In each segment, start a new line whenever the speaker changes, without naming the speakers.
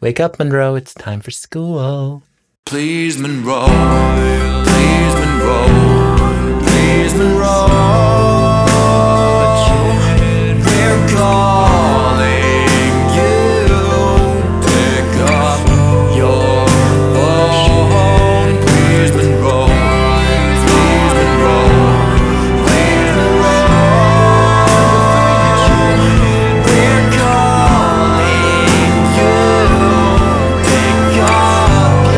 Wake up, Monroe. It's time for school.
Please, Monroe. Please, Monroe. Please, Monroe. We're calling you. Pick up your phone. Please, Monroe. Please, Monroe. Please, Monroe. We're calling you. Pick up your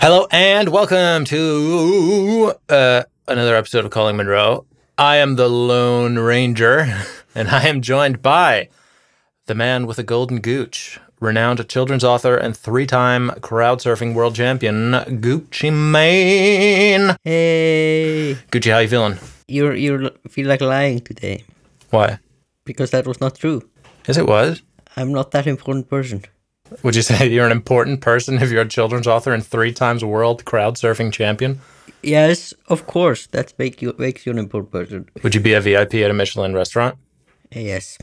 Hello and welcome to uh, another episode of Calling Monroe. I am the Lone Ranger, and I am joined by the man with a golden gooch, renowned children's author and three-time crowd surfing world champion, Gucci Mane.
Hey,
Gucci, how you feeling?
you you feel like lying today
Why?
because that was not true.
Yes, it was.
I'm not that important person.
Would you say you're an important person if you're a children's author and three times world crowd surfing champion?
Yes, of course, that make you makes you an important person.
Would you be a VIP at a Michelin restaurant?
Yes,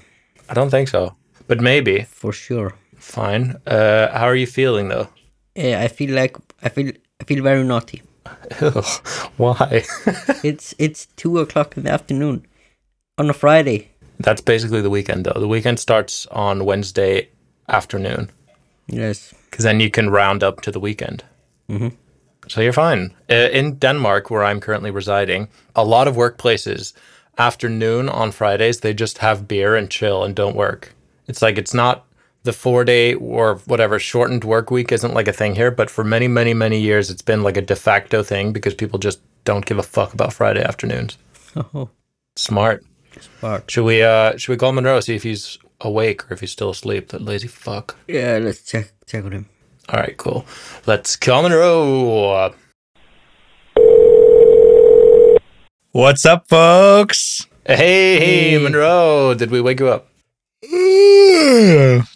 I don't think so. But maybe.
for sure.
Fine. Uh, how are you feeling though?
Eh, I feel like I feel I feel very naughty.
Why?
it's it's two o'clock in the afternoon on a Friday.
That's basically the weekend though. The weekend starts on Wednesday afternoon
Yes,
because then you can round up to the weekend. So you're fine. Uh, in Denmark, where I'm currently residing, a lot of workplaces afternoon on Fridays they just have beer and chill and don't work. It's like it's not the four day or whatever shortened work week isn't like a thing here, but for many, many, many years it's been like a de facto thing because people just don't give a fuck about Friday afternoons.
oh,
Smart.
spark.
Should we uh should we call Monroe see if he's awake or if he's still asleep? That lazy fuck.
Yeah, let's check check on him.
All right, cool. Let's call Monroe.
What's up, folks?
Hey, hey, Monroe, did we wake you up?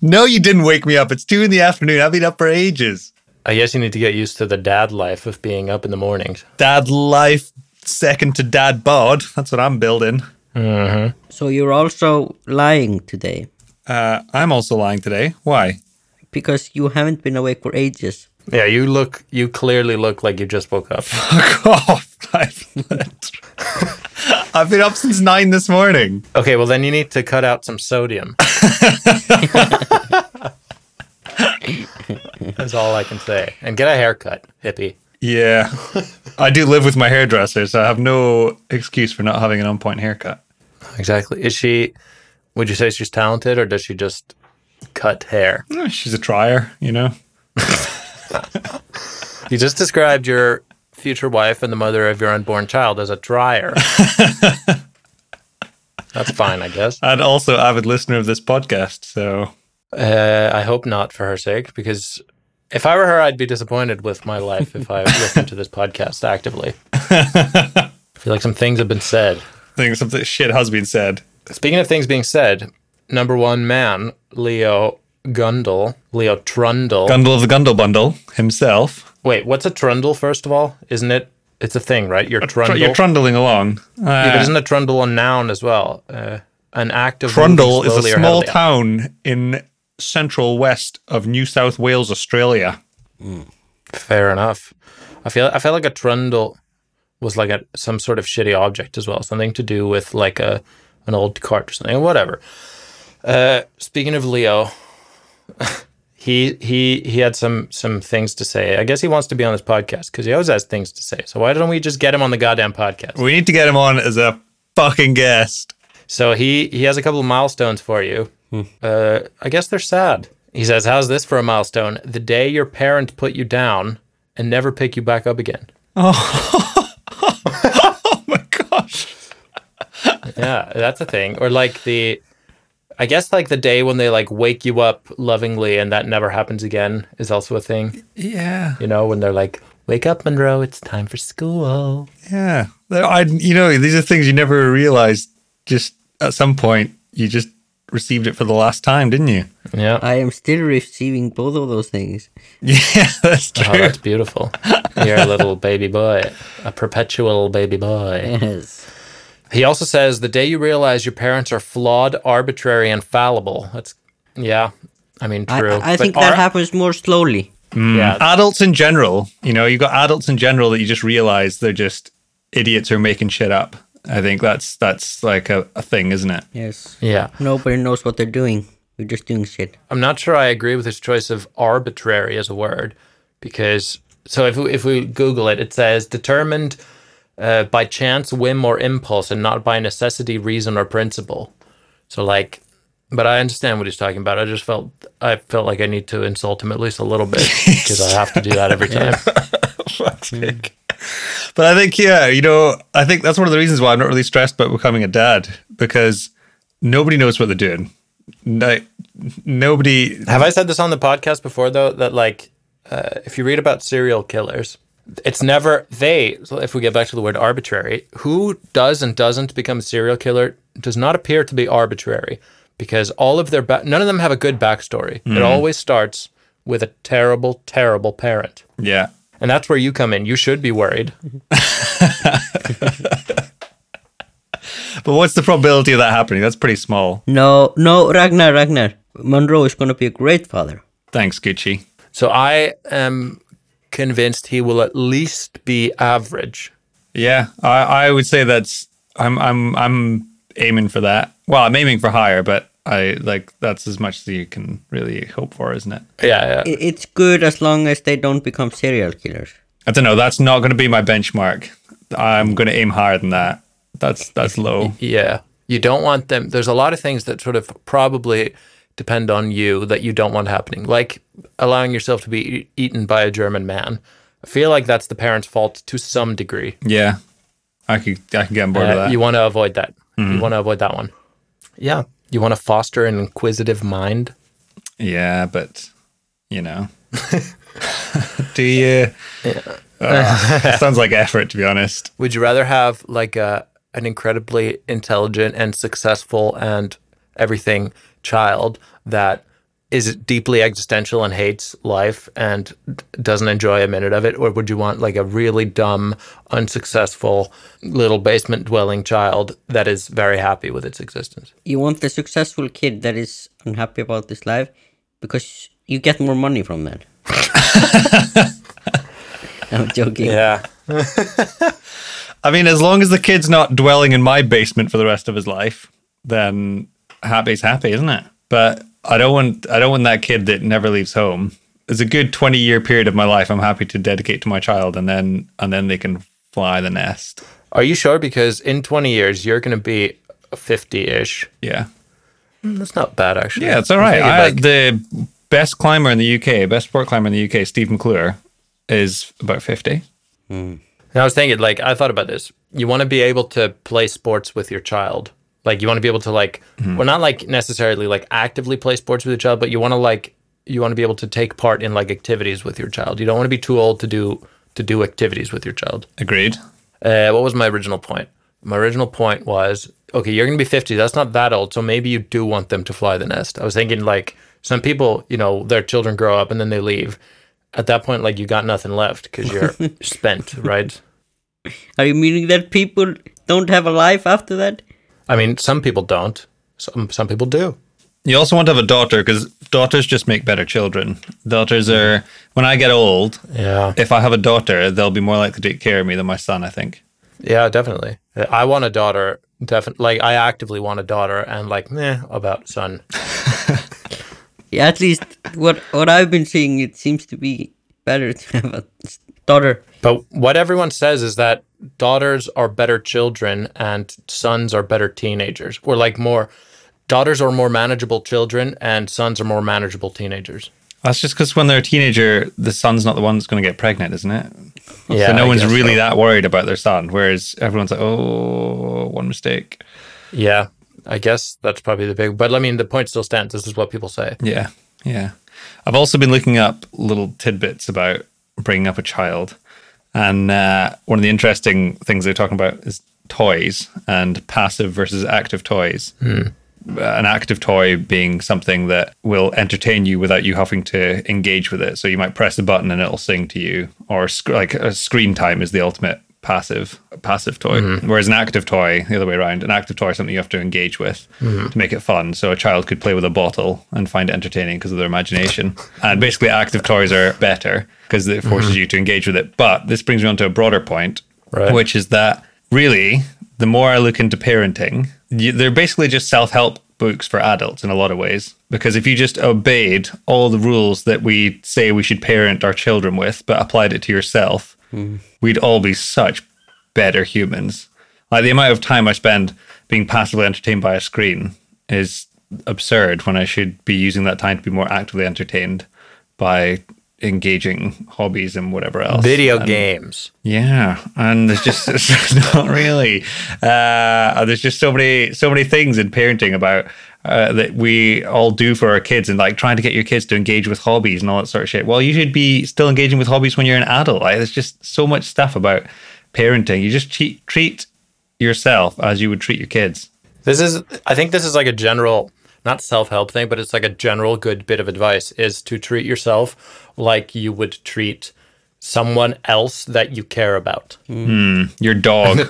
no, you didn't wake me up. It's two in the afternoon. I've been up for ages.
I guess you need to get used to the dad life of being up in the mornings.
Dad life, second to dad bod. That's what I'm building.
So you're also lying today
Uh, I'm also lying today. Why?
because you haven't been awake for ages.
Yeah, you look you clearly look like you just woke up.
Fuck off. I've, I've been up since nine this morning.
Okay, well then you need to cut out some sodium. That's all I can say. And get a haircut, hippie.
Yeah. I do live with my hairdresser, so I have no excuse for not having an on point haircut.
Exactly. Is she would you say she's talented or does she just cut hair?
Eh, She's a trier, you know?
You just described your future wife and the mother of your unborn child as a dryer. That's fine, I guess.
And also avid listener of this podcast, so
Uh, I hope not for her sake, because if I were her, I'd be disappointed with my life if I listened to this podcast actively. I feel like some things have been said.
I think something shit has been said.
Speaking of things being said, number one man, Leo Gundel, Leo Trundle.
Gundle of the Gundle Bundle himself.
Wait, what's a trundle, first of all? Isn't it? It's a thing, right? You're trundle.
Tr- You're trundling along. Uh,
Yeah, but isn't a trundle a noun as well? Uh, an act of
Trundle
moving
is a
slowly or
small
heavily.
town in central west of New South Wales, Australia.
Fair enough. I feel I felt like a trundle was like a some sort of shitty object as well, something to do with like a an old cart or something, whatever. Uh, speaking of Leo, he he he had some some things to say. I guess he wants to be on this podcast because he always has things to say. So why don't we just get him on the goddamn podcast?
We need to get him on as a fucking guest.
So he he has a couple of milestones for you.
Hmm.
Uh, I guess they're sad. He says, "How's this for a milestone? The day your parent put you down and never pick you back up again."
Oh my gosh.
Yeah, that's a thing. Or like the, I guess like the day when they like wake you up lovingly and that never happens again is also a thing.
Yeah.
You know, when they're like, "Wake up, Monroe! It's time for school."
Yeah. There- I, you know, these are things you never realized. Just at some point, you just received it for the last time, didn't you?
Yeah,
I am still receiving both of those things.
Yeah, that's true.
oh, that's beautiful. You're a little baby boy, a perpetual baby boy.
Yes.
He also says the day you realize your parents are flawed, arbitrary, and fallible. That's yeah. I mean,
I,
true.
I- I
But
think
are-
that happens more slowly.
Yeah,
Adults in general, you know, you've got adults in general that you just realize they're just idiots who are making shit up. I think that's that's like a, a thing, isn't it?
Yes.
yeah.
Nobody knows what they're doing. We're just doing shit.
I'm not sure I agree with his choice of arbitrary as a word because so if we, if we Google it, it says determined uh, by chance, whim, or impulse, and not by necessity, reason, or principle. So like, but I understand what he's talking about. I just felt I felt like I need to insult him at least a little bit because I have to do that every time.
fuck's sake. But I think, yeah, you know, I think that's one of the reasons why I'm not really stressed about becoming a dad because nobody knows what they're doing. Like, nobody,
Have I said this on the podcast before though? That like, uh, if you read about serial killers, it's never they. so If we get back to the word arbitrary, who does and doesn't become a serial killer does not appear to be arbitrary because all of their ba- none of them have a good backstory. It always starts with a terrible, terrible parent,
yeah.
and that's where you come in. You should be worried.
But what's the probability of that happening? That's pretty small.
No, no, Ragnar, Ragnar. Monroe is gonna be a great father.
Thanks, Gucci.
So I am convinced he will at least be average.
Yeah, I, I would say that's I'm I'm I'm aiming for that. Well, I'm aiming for higher, but I like that's as much as you can really hope for, isn't it?
Yeah, yeah.
I- It's good as long as they don't become serial killers.
I don't know. That's not going to be my benchmark. I'm going to aim higher than that. That's that's low.
Yeah. You don't want them. There's a lot of things that sort of probably depend on you that you don't want happening, like allowing yourself to be e- eaten by a German man. I feel like that's the parents' fault to some degree.
Yeah, I could I can get on board
Uh,
with that.
you want to avoid that. You want to avoid that one. Yeah. You want to foster an inquisitive mind.
yeah, but you know, do you? Ugh, sounds like effort, to be honest.
Would you rather have like a an incredibly intelligent and successful and everything child that is deeply existential and hates life and d- doesn't enjoy a minute of it or would you want like a really dumb unsuccessful little basement dwelling child that is very happy with its existence
You want the successful kid that is unhappy about this life because you get more money from that. I'm joking.
yeah
I mean, as long as the kid's not dwelling in my basement for the rest of his life, then happy's happy, isn't it? But I don't want I don't want that kid that never leaves home. It's a good twenty year period of my life I'm happy to dedicate to my child and then and then they can fly the nest.
are you sure because in 20 years you're going to be 50ish
Yeah.
Mm, that's not bad actually
Yeah, it's all
I'm
right.
thinking,
I,
like,
the best climber in the UK, best sport climber in the UK, Steve McClure, is about fifty.
And I was thinking, like, I thought about this. You want to be able to play sports with your child. Like, you want to be able to, like, well, not like necessarily like actively play sports with your child, but you want to like, you want to be able to take part in like activities with your child. You don't want to be too old to do to do activities with your child.
Agreed.
Uh, what was my original point? My original point was okay, you're going to be 50. That's not that old. So maybe you do want them to fly the nest. I was thinking, like, some people, you know, their children grow up and then they leave. At that point, like, you got nothing left because you're spent, right?
Are you meaning that people don't have a life after that?
I mean, some people don't. Some some people do.
You also want to have a daughter because daughters just make better children. Daughters are when I get old,
Yeah.
if I have a daughter, they'll be more likely to take care of me than my son, I think.
Yeah, definitely. I want a daughter. Definitely. Like, I actively want a daughter, and like, meh, about son.
Yeah, at least what what I've been seeing, it seems to be better to have a daughter.
But what everyone says is that daughters are better children and sons are better teenagers. Or like more, daughters are more manageable children, and sons are more manageable teenagers.
That's just because when they're a teenager, the son's not the one that's going to get pregnant, isn't it?
Yeah,
so no
I
one's
guess
really
so.
that worried about their son, whereas everyone's like, oh, one mistake.
Yeah, I guess that's probably the big. But I mean, the point still stands. This is what people say.
Yeah, yeah. I've also been looking up little tidbits about bringing up a child. And uh, one of the interesting things they're talking about is toys and passive versus active toys. An active toy being something that will entertain you without you having to engage with it. So you might press a button and it'll sing to you, or sc- like a screen time is the ultimate passive a passive toy. Whereas an active toy, the other way around, an active toy is something you have to engage with to make it fun. So a child could play with a bottle and find it entertaining because of their imagination. And basically, active toys are better because it forces you to engage with it. But this brings me on to a broader point,
Right.
which is that really, the more I look into parenting, you, they're basically just self help books for adults in a lot of ways. Because if you just obeyed all the rules that we say we should parent our children with, but applied it to yourself, we'd all be such better humans. Like the amount of time I spend being passively entertained by a screen is absurd when I should be using that time to be more actively entertained by engaging hobbies and whatever else.
Video games.
Yeah, and there's just it's just not really. Uh, there's just so many so many things in parenting about uh, that we all do for our kids, and like trying to get your kids to engage with hobbies and all that sort of shit. Well, you should be still engaging with hobbies when you're an adult. Like, there's just so much stuff about parenting. You just treat treat yourself as you would treat your kids.
This is, I think this is like a general, not self help thing, but it's like a general good bit of advice is to treat yourself like you would treat someone else that you care about,
Your dog,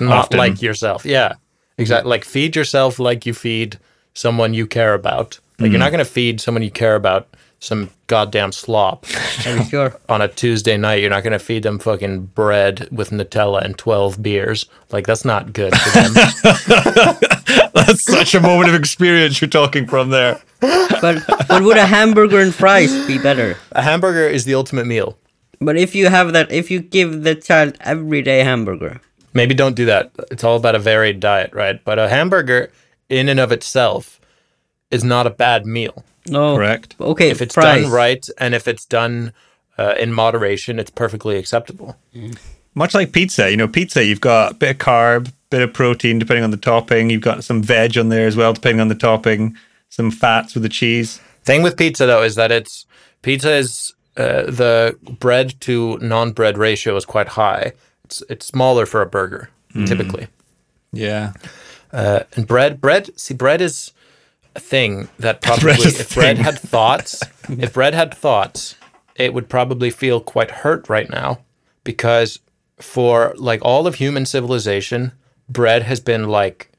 not
often,
like yourself. Yeah, exactly. Like feed yourself like you feed someone you care about. Like you're not going to feed someone you care about some goddamn slop.
I'm sure.
on a Tuesday night, you're not going to feed them fucking bread with Nutella and 12 beers. Like, that's not good for them.
that's such a moment of experience you're talking from there.
But but would a hamburger and fries be better?
a hamburger is the ultimate meal.
But if you have that, if you give the child everyday hamburger,
Maybe don't do that. It's all about a varied diet, right? But a hamburger, in and of itself, is not a bad meal.
no,
Correct.
Okay,
If it's
fries.
done right and if it's done uh, in moderation, it's perfectly acceptable.
much like pizza, you know, pizza, you've got a bit of carb, bit of protein, depending on the topping. You've got some veg on there as well, depending on the topping, some fats with the cheese.
Thing with pizza, though, is that it's pizza is uh, the bread to non bread ratio is quite high. It's, it's smaller for a burger, typically.
Yeah.
And bread, bread, see, bread is a thing that probably,
is a
if bread
thing.
had thoughts, if bread had thoughts, it would probably feel quite hurt right now because for like all of human civilization, bread has been like,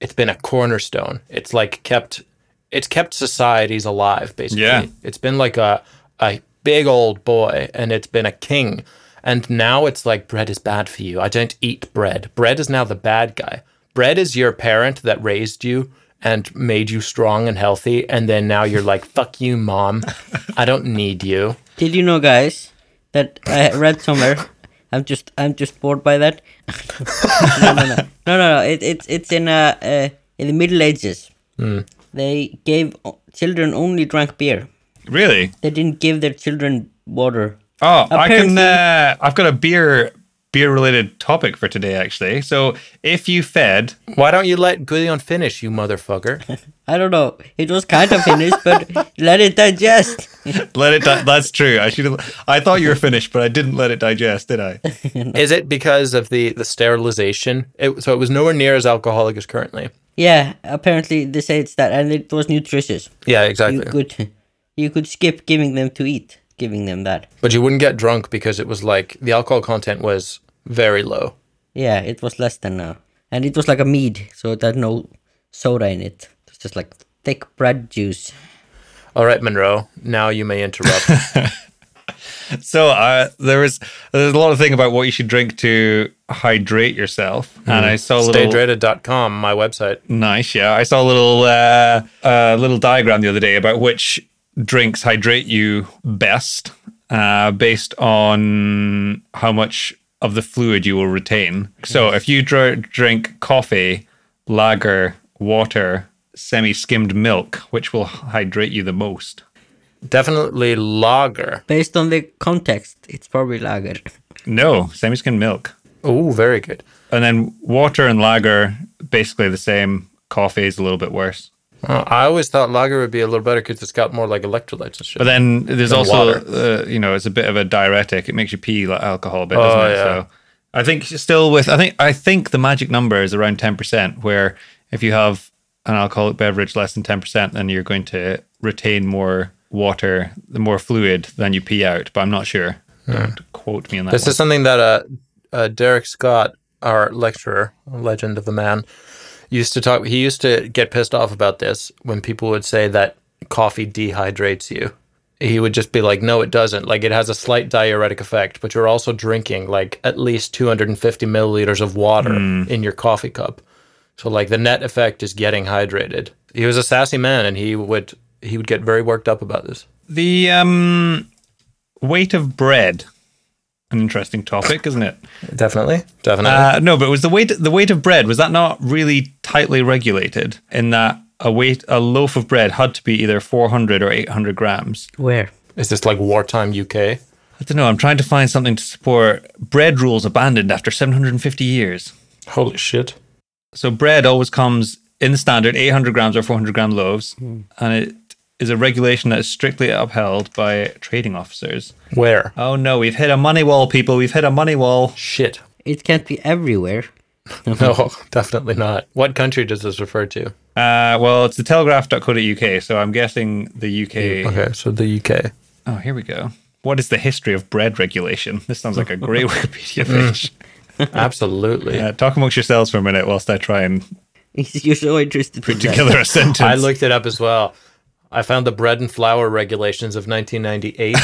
it's been a cornerstone. It's like kept, it's kept societies alive, basically.
Yeah.
It's been like a, a big old boy and it's been a king. And now it's like bread is bad for you. I don't eat bread. Bread is now the bad guy. Bread is your parent that raised you and made you strong and healthy. And then now you're like, fuck you, mom. I don't need you.
Did you know, guys, that I read somewhere? I'm just I'm just bored by that. no, no, no, no, no, no. It, it's it's in uh, uh in the Middle Ages. They gave o- children only drank beer.
Really?
They didn't give their children water.
Oh,
Apparently-
I can. Uh, I've got a beer beer related topic for today, actually. So if you fed,
Why don't you let Guillon finish, you motherfucker?
I don't know. It was kind of finished, but let it digest.
let it. Di- that's true. I should. have I thought you were finished, but I didn't let it digest, did I?
is it because of the, the sterilization? It, so it was nowhere near as alcoholic as currently.
yeah, apparently they say it's that, and it was nutritious.
Yeah,
You
exactly.
could you could skip giving them to eat, giving them that.
But you wouldn't get drunk because it was like the alcohol content was very low.
Yeah, it was less than now. And it was like a mead, so it had no soda in it. It was just like thick bread juice.
All right, Monroe, now you may interrupt.
So uh, there was there's a lot of thing about what you should drink to hydrate yourself, and I saw a little.
StayDrated.com, my website.
Nice, yeah. I saw a little uh, uh, little diagram the other day about which drinks hydrate you best uh, based on how much of the fluid you will retain. So if you dr- drink coffee, lager, water, semi-skimmed milk, which will hydrate you the most?
Definitely lager.
Based on the context, it's probably lager.
No, semi-skimmed milk.
Oh, very good.
And then water and lager basically the same. Coffee is a little bit worse.
Uh, I always thought lager would be a little better because it's got more like electrolytes and shit.
But then there's
Than
also, uh, you know, it's a bit of a diuretic. It makes you pee like alcohol a bit, doesn't
Oh,
it?
yeah.
So I think still with, I think, I think the magic number is around 10%, where if you have an alcoholic beverage less than 10%, then you're going to retain more water, more fluid than you pee out. But I'm not sure. Don't quote me on that.
this
one.
is something that uh, uh, Derek Scott, our lecturer, legend of the man, used to talk. He used to get pissed off about this when people would say that coffee dehydrates you. He would just be like, "No, it doesn't. Like, it has a slight diuretic effect, but you're also drinking like at least 250 milliliters of water in your coffee cup. So like the net effect is getting hydrated." He was a sassy man, and he would he would get very worked up about this.
The um, weight of bread, an interesting topic, isn't it?
Definitely, definitely.
Uh, no, but was the weight the weight of bread was that not really tightly regulated in that a weight a loaf of bread had to be either 400 or 800 grams.
Where?
Is this like wartime UK?
I don't know. I'm trying to find something to support bread rules abandoned after 750 years.
Holy shit.
So bread always comes in the standard 800 grams or 400 gram loaves, and it is a regulation that is strictly upheld by trading officers.
Where?
Oh no, we've hit a money wall, people. We've hit a money wall.
Shit.
It can't be everywhere.
No, definitely not. What country does this refer to?
Uh, well, it's the telegraph.co.uk, so I'm guessing the UK.
Okay, so the UK.
Oh, here we go. What is the history of bread regulation? This sounds like a great Wikipedia page.
Absolutely.
Uh, talk amongst yourselves for a minute whilst I try and
You're so interested. in
put
that.
together a sentence.
I looked it up as well. I found the bread and flour regulations of 1998.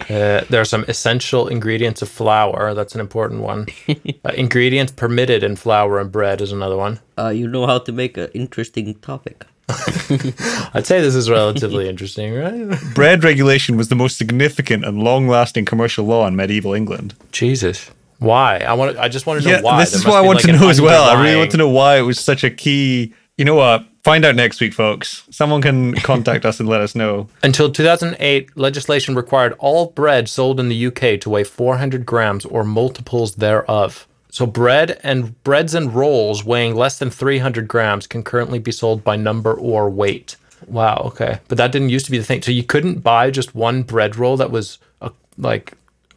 Uh, there are some essential ingredients of flour. That's an important one. Uh, ingredients permitted in flour and bread is another one.
Uh, you know how to make an interesting topic.
I'd say this is relatively interesting, right?
bread regulation was the most significant and long-lasting commercial law in medieval England.
Jesus. Why? I want. I just want to know
Yeah,
why.
this
There
is
must
what I
be
want
like
to
an
know as well. I really
underlying-
want to know why it was such a key. You know what? Find out next week, folks. Someone can contact us and let us know.
Until 2008, legislation required all bread sold in the UK to weigh 400 grams or multiples thereof. So bread and breads and rolls weighing less than 300 grams can currently be sold by number or weight. Wow. Okay, but that didn't used to be the thing. So you couldn't buy just one bread roll that was uh, like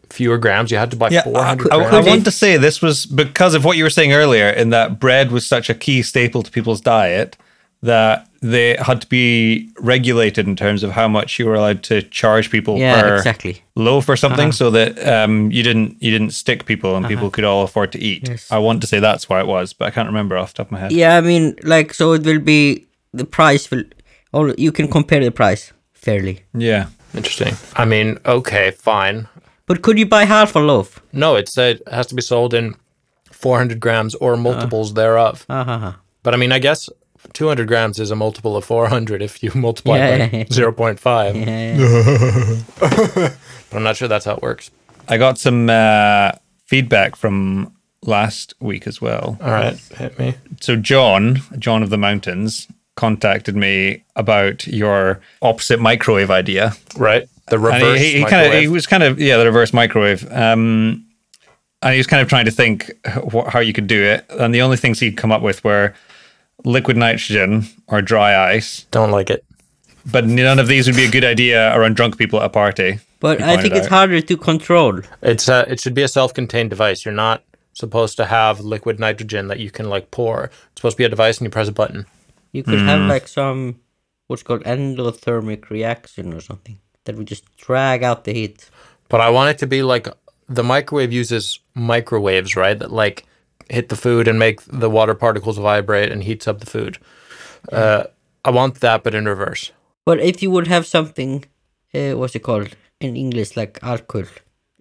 fewer grams. You had to buy 400
uh, I, I- I
grams.
want to say this was because of what you were saying earlier, in that bread was such a key staple to people's diet that they had to be regulated in terms of how much you were allowed to charge people
Yeah,
per
exactly. Uh-huh.
loaf or something, so that um, you didn't you didn't stick people and people could all afford to eat. I want to say that's why it was, but I can't remember off the top of my head.
Yeah, I mean, like, so it will be the price will. All you can compare the price fairly.
yeah.
Interesting. I mean, okay, fine.
But could you buy half a loaf?
No, it said it has to be sold in 400 grams or multiples thereof.
Uh-huh.
But I mean, I guess 200 grams is a multiple of 400 if you multiply
Yeah,
by
yeah, yeah.
0.5.
Yeah, yeah.
But I'm not sure that's how it works.
I got some uh, feedback from last week as well.
All right, hit me.
so John, John of the Mountains, contacted me about your opposite microwave idea.
Right. The
And
reverse.
he, he, kind of he was kind of yeah the reverse microwave. Um, and he was kind of trying to think wh- how you could do it. And the only things he'd come up with were liquid nitrogen or dry ice.
Don't like it.
But none of these would be a good idea around drunk people at a party.
But
You
I
pointed
think it's
out.
harder to control.
It's a, it should be a self-contained device. You're not supposed to have liquid nitrogen that you can like pour. It's supposed to be a device and you press a button.
You could have
Mm.
like some what's called endothermic reaction or something that would just drag out the heat.
But I want it to be like the microwave uses microwaves, right? That like hit the food and make the water particles vibrate and heats up the food. Uh, I want that, but in reverse.
But if you would have something, uh, what's it called in English, like alcohol,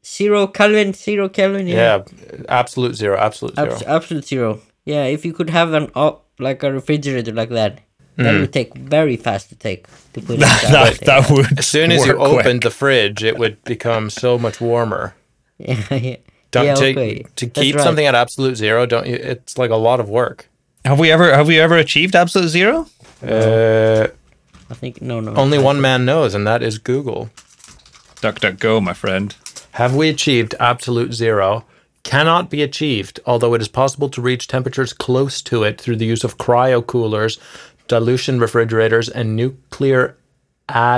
zero Kelvin, zero Kelvin,
Yeah, absolute zero, absolute zero.
Abs- absolute zero. Yeah, if you could have an op- like a refrigerator like that, that
Mm.
would take very fast to take to put inside.
That, that would
as soon as you
work quick.
opened the fridge, it would become so much warmer.
yeah, yeah.
Don't,
yeah,
to,
okay.
to
That's
keep
right.
something at absolute zero, don't you? It's like a lot of work.
Have we ever have we ever achieved absolute zero?
Uh,
I think no, no.
only
I-
one man knows, and that is Google.
Duck, duck, go, my friend.
Have we achieved absolute zero? Cannot be achieved, although it is possible to reach temperatures close to it through the use of cryo coolers, dilution refrigerators, and nuclear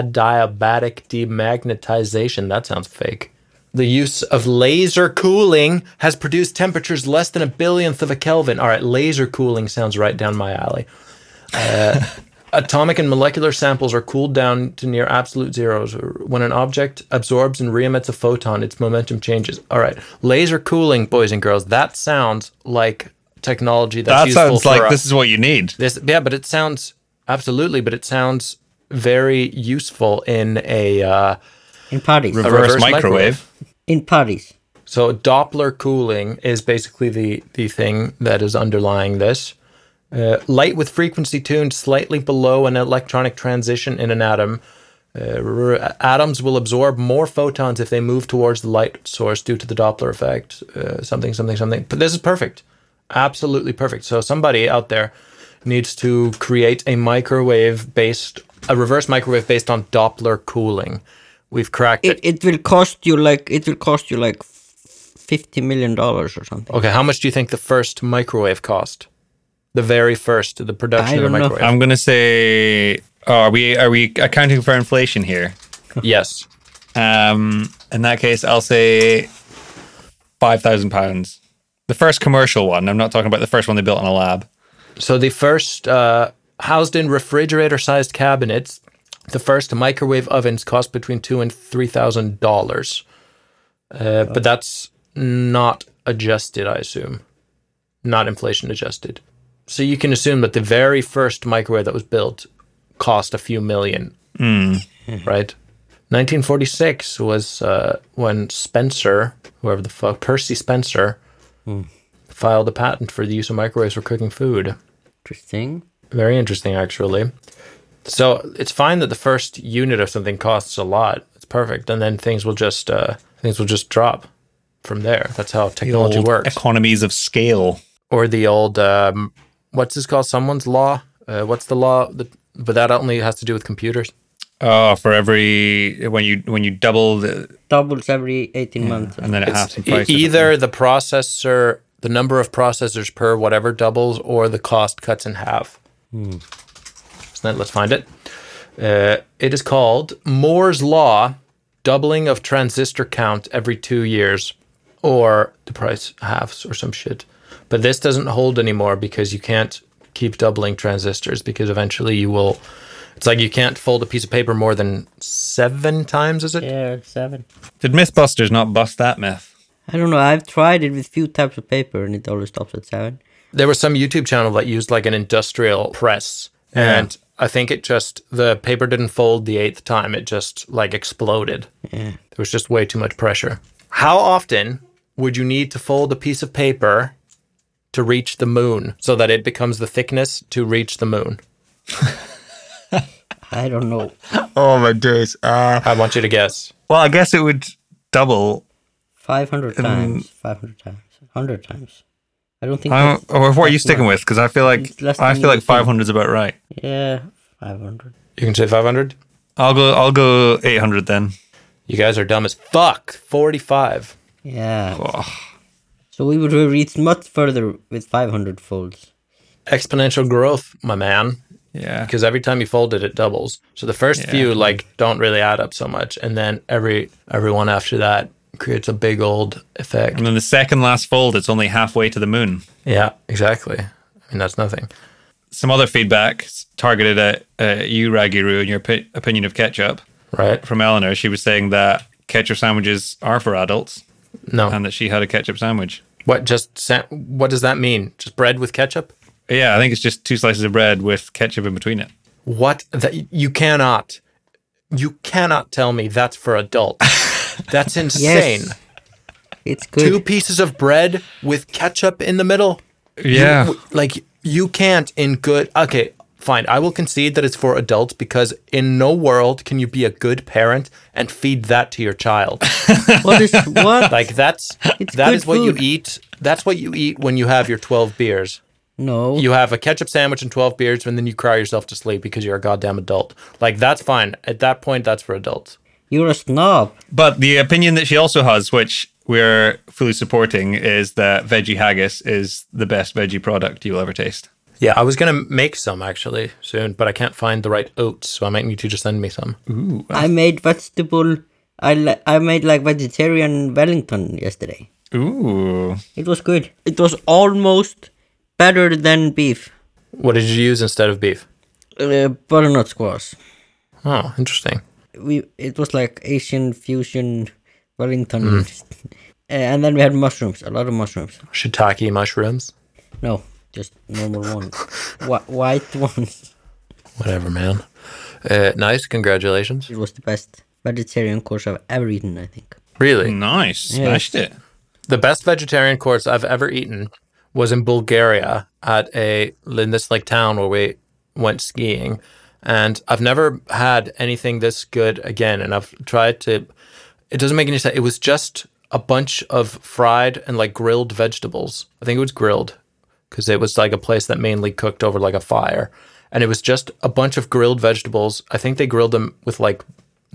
adiabatic demagnetization. That sounds fake. The use of laser cooling has produced temperatures less than a billionth of a Kelvin. All right, laser cooling sounds right down my alley. Atomic and molecular samples are cooled down to near absolute zeros. When an object absorbs and re emits a photon, its momentum changes. All right. Laser cooling, boys and girls, that sounds like technology that's
That
useful
sounds
for
like
us.
this is what you need.
This, yeah, but it sounds absolutely, but it sounds very useful in a, uh,
in parties.
A
Reverse,
reverse
microwave.
microwave.
In parties.
so Doppler cooling is basically the the thing that is underlying this. Uh, light with frequency tuned slightly below an electronic transition in an atom. Uh, r- atoms will absorb more photons if they move towards the light source due to the Doppler effect. Uh, something, something, something. But this is perfect, absolutely perfect. So somebody out there needs to create a microwave based, a reverse microwave based on Doppler cooling. We've cracked it.
It it will cost you like it will cost you like f- fifty million dollars or something.
Okay, how much do you think the first microwave cost? The very first, the
I
production of a
don't know.
microwave.
I'm gonna say, oh, are we are we accounting for inflation here?
yes.
Um, in that case, I'll say five thousand pounds. The first commercial one. I'm not talking about the first one they built in a lab.
So the first uh, housed in refrigerator-sized cabinets, the first microwave ovens cost between two and three thousand dollars, uh, but that's not adjusted, I assume, not inflation adjusted. So you can assume that the very first microwave that was built cost a few million, right? 1946 was uh, when Spencer, whoever the fuck, Percy Spencer, filed a patent for the use of microwaves for cooking food.
Interesting.
Very interesting, actually. So it's fine that the first unit of something costs a lot. It's perfect, and then things will just uh, things will just drop from there. That's how technology
Old
works.
Economies of scale.
or the old um, what's this called? Someone's law. Uh, what's the law? That, but that only has to do with computers.
Oh, for every when you when you double the
Doubles every eighteen months.
and then it halves in
E-
price.
either the processor, the number of processors per whatever doubles, or the cost cuts in half.
Hmm.
So then let's find it. Uh, it is called Moore's Law doubling of transistor count every two years, or the price halves or some shit. But this doesn't hold anymore because you can't keep doubling transistors because eventually you will. It's like you can't fold a piece of paper more than seven times, is it?
Yeah, seven.
Did MythBusters not bust that myth?
I don't know. I've tried it with few types of paper, and it always stops at seven.
there was some YouTube channel that used like an industrial press, and I think it just the paper didn't fold the eighth time; it just like exploded. There was just way too much pressure. How often would you need to fold a piece of paper to reach the moon so that it becomes the thickness to reach the moon?
I don't know.
Oh my days. Uh,
I want you to guess.
well, I guess it would double.
Five hundred times. Five hundred times. Hundred times. I don't think.
I
that's-
don't, or what are you sticking with? Because I feel like
It's less
I
than
feel
you
like
think.
500 is about right.
Yeah, five hundred.
You can say five hundred.
I'll go. I'll go 800 then.
You guys are dumb as fuck. Forty-five.
Yeah. So we would reach much further with five hundred folds.
Exponential growth, my man.
Yeah.
because every time you fold it, it doubles. So the first
Yeah.
few like don't really add up so much, and then every everyone after that creates a big old effect.
And then the second last fold, it's only halfway to the moon.
Yeah, exactly. I mean that's nothing.
Some other feedback s- targeted at, at you, Ragiru, and your opi- opinion of ketchup
Right?
from Eleanor. She was saying that ketchup sandwiches are for adults
No.
and that she had a ketchup sandwich.
what just sa- what does that mean? Just bread with ketchup?
Yeah, I think it's just two slices of bread with ketchup in between it.
What that you cannot you cannot tell me that's for adults. that's insane.
It's good.
Two pieces of bread with ketchup in the middle.
Yeah.
You- like you can't in good okay fine i will concede that it's for adults because in no world can you be a good parent and feed that to your child
What is what?
like that's
It's
that
good
is what
food.
you eat that's what you eat when you have your 12 beers
no.
you have a ketchup sandwich and 12 beers and then you cry yourself to sleep because you're a goddamn adult like that's fine at that point that's for adults
You're a snob.
But the opinion that she also has, which we're fully supporting, is that veggie haggis is the best veggie product you'll ever taste.
yeah i was gonna make some actually soon but i can't find the right oats so i might need you to send me some
I made vegetable. I li- I made like vegetarian Wellington yesterday.
Ooh.
It was good. It was almost better than beef.
what did you use instead of beef
uh, butternut squash.
Oh, interesting.
We it was like Asian fusion Wellington, Uh, and then we had mushrooms, a lot of mushrooms.
Shiitake mushrooms.
No, just normal ones, Wh- white ones.
Whatever, man. Uh, nice. Congratulations.
It was the best vegetarian course I've ever eaten. I think.
Really,
Nice. Smashed it.
the best vegetarian course I've ever eaten was in Bulgaria at a in this like town where we went skiing, and I've never had anything this good again. And I've tried to. It doesn't make any sense. It was just a bunch of fried and like grilled vegetables. I think it was grilled because it was like a place that mainly cooked over like a fire, and it was just a bunch of grilled vegetables. I think they grilled them with like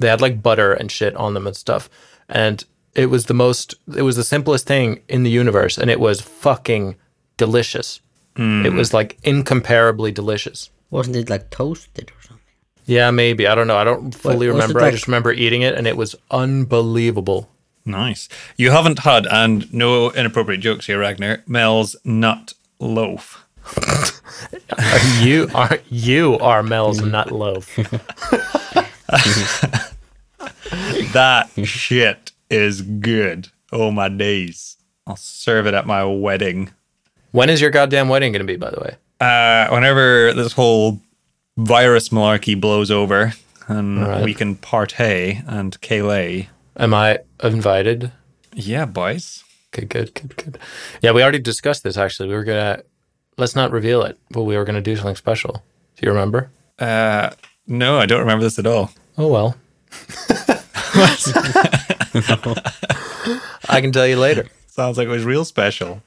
they had like butter and shit on them and stuff and it was the most it was the simplest thing in the universe and it was fucking delicious
Hmm.
it was like incomparably delicious
Wasn't it like toasted or something?
yeah maybe i don't know i don't fully
was it
remember i
like-
just remember eating it and it was unbelievable
Nice. You haven't had, and no inappropriate jokes here, Ragnar, Mel's nut loaf.
you are you are mel's nut loaf
That shit is good. Oh, my days. I'll serve it at my wedding.
when is your goddamn wedding gonna be by the way
Uh, whenever this whole virus malarkey blows over and we can partay and Kayleigh.
am i invited
Yeah, boys.
good good good good yeah we already discussed this actually we were gonna let's not reveal it but we were gonna do something special do you remember
Uh, No, I don't remember this at all.
Oh well. I can tell you later.
Sounds like it was real special.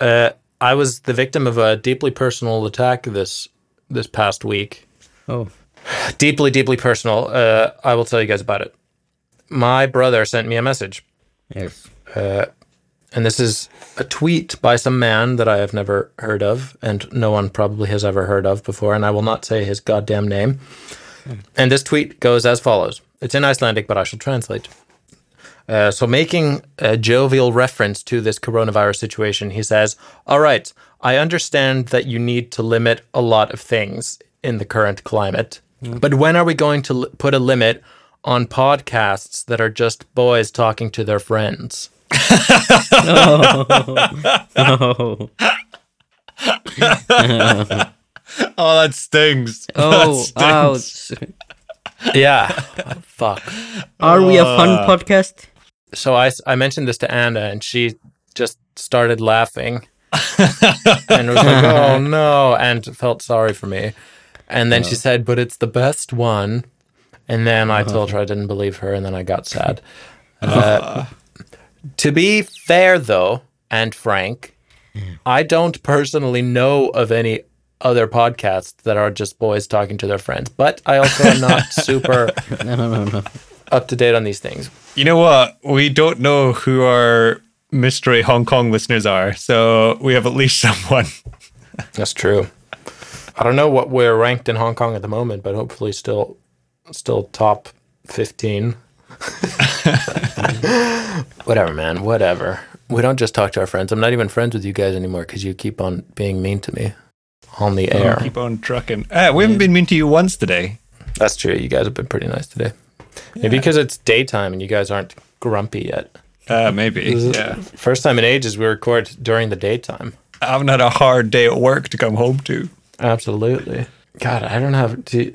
I was the victim of a deeply personal attack this this past week.
Oh,
Deeply, deeply personal. Uh, I will tell you guys about it. My brother sent me a message,
yes.
and this is a tweet by some man that I have never heard of, and no one probably has ever heard of before, and I will not say his goddamn name. And this tweet goes as follows. It's in Icelandic, but I shall translate. Uh, so, making a jovial reference to this coronavirus situation, he says, All right, I understand that you need to limit a lot of things in the current climate, but when are we going to l- put a limit on podcasts that are just boys talking to their friends?
Oh,
Oh, that stings.
oh,
that stings.
ouch.
Yeah. Fuck.
Are we a fun podcast?
So I, s- I mentioned this to Anna and she just started laughing and was like, oh no, and felt sorry for me. And then
Uh-huh.
she said, but it's the best one. And then I told
Uh-huh.
her I didn't believe her and then I got sad. Uh, to be fair though, and frank, I don't personally know of any other podcasts that are just boys talking to their friends, but I also am not super
No, no, no, no.
up to date on these things.
You know what? We don't know who our mystery Hong Kong listeners are, so we have at least someone.
That's true. I don't know what we're ranked in Hong Kong at the moment, but hopefully still still top 15. whatever, man. Whatever. We don't just talk to our friends. I'm not even friends with you guys anymore cuz you keep on being mean to me on
Oh.
the air.
Keep on trucking. Ah, we haven't been mean to you once today.
That's true. You guys have been pretty nice today. Maybe because it's daytime and you guys aren't grumpy yet.
Uh, maybe. Yeah.
First time in ages we record during the daytime.
I haven't had a hard day at work to come home to.
Absolutely. God, I don't have. Do,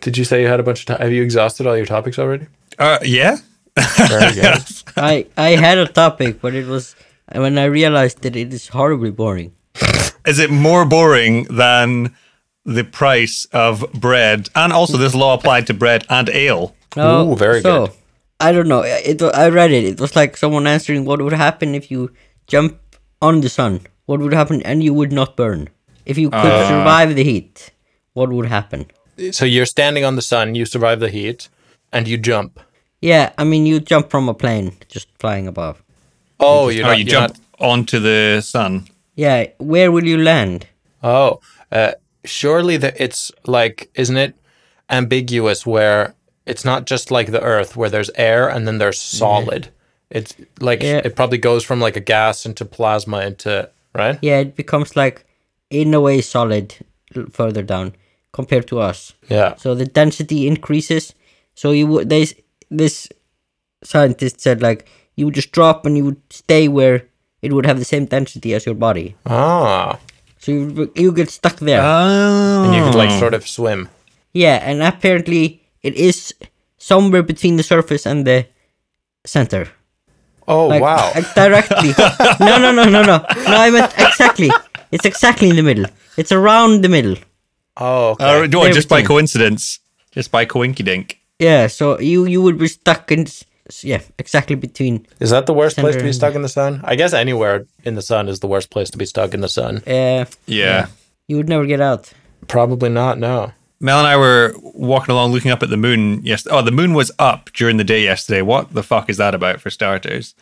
did you say you had a bunch of time? Have you exhausted all your topics already?
Uh, yeah.
Very good.
I I had a topic, but it was when I realized that it is horribly boring.
Is it more boring than the price of bread? And also, this law applied to bread and ale.
Ooh, very
Oh, so,
good.
I don't know. It wa- I read it. It was like someone answering what would happen if you jump on the sun. What would happen, and you would not burn if you could survive the heat. What would happen?
so you're standing on the sun, you survive the heat, and you jump.
Yeah, I mean, you jump from a plane just flying above.
Oh, you're
Oh,
not,
you
you're
jump onto the sun.
Yeah, where will you land?
not- oh, uh, surely that it's like, isn't it ambiguous where it's not just like the Earth where there's air and then there's solid. It's like
Yeah.
it probably goes from like a gas into plasma into right.
Yeah, it becomes like in a way solid l- further down. compared to us.
Yeah.
So the density increases. So you would this this scientist said like you would just drop and you would stay where it would have the same density as your body.
Ah.
So you you get stuck there.
Uh-huh.
Oh.
And you could like sort of swim.
Yeah, and apparently it is somewhere between the surface and the center.
Oh
Like,
wow.
like directly. no, no, no, no, no. No, I meant exactly. It's exactly in the middle. It's around the middle.
oh. Okay.
Uh, no, just by
Everything.
coincidence. Just by coinky dink.
Yeah, so you you would be stuck in s- s- yeah, exactly between
Is that the worst place to be
Center
stuck in the sun? I guess anywhere in the sun is the worst place to be stuck in the sun.
uh
Yeah.
you would never get out.
Probably not. No.
Mel and I were walking along looking up at the moon yesterday. Oh, the moon was up during the day yesterday. What the fuck is that about for starters?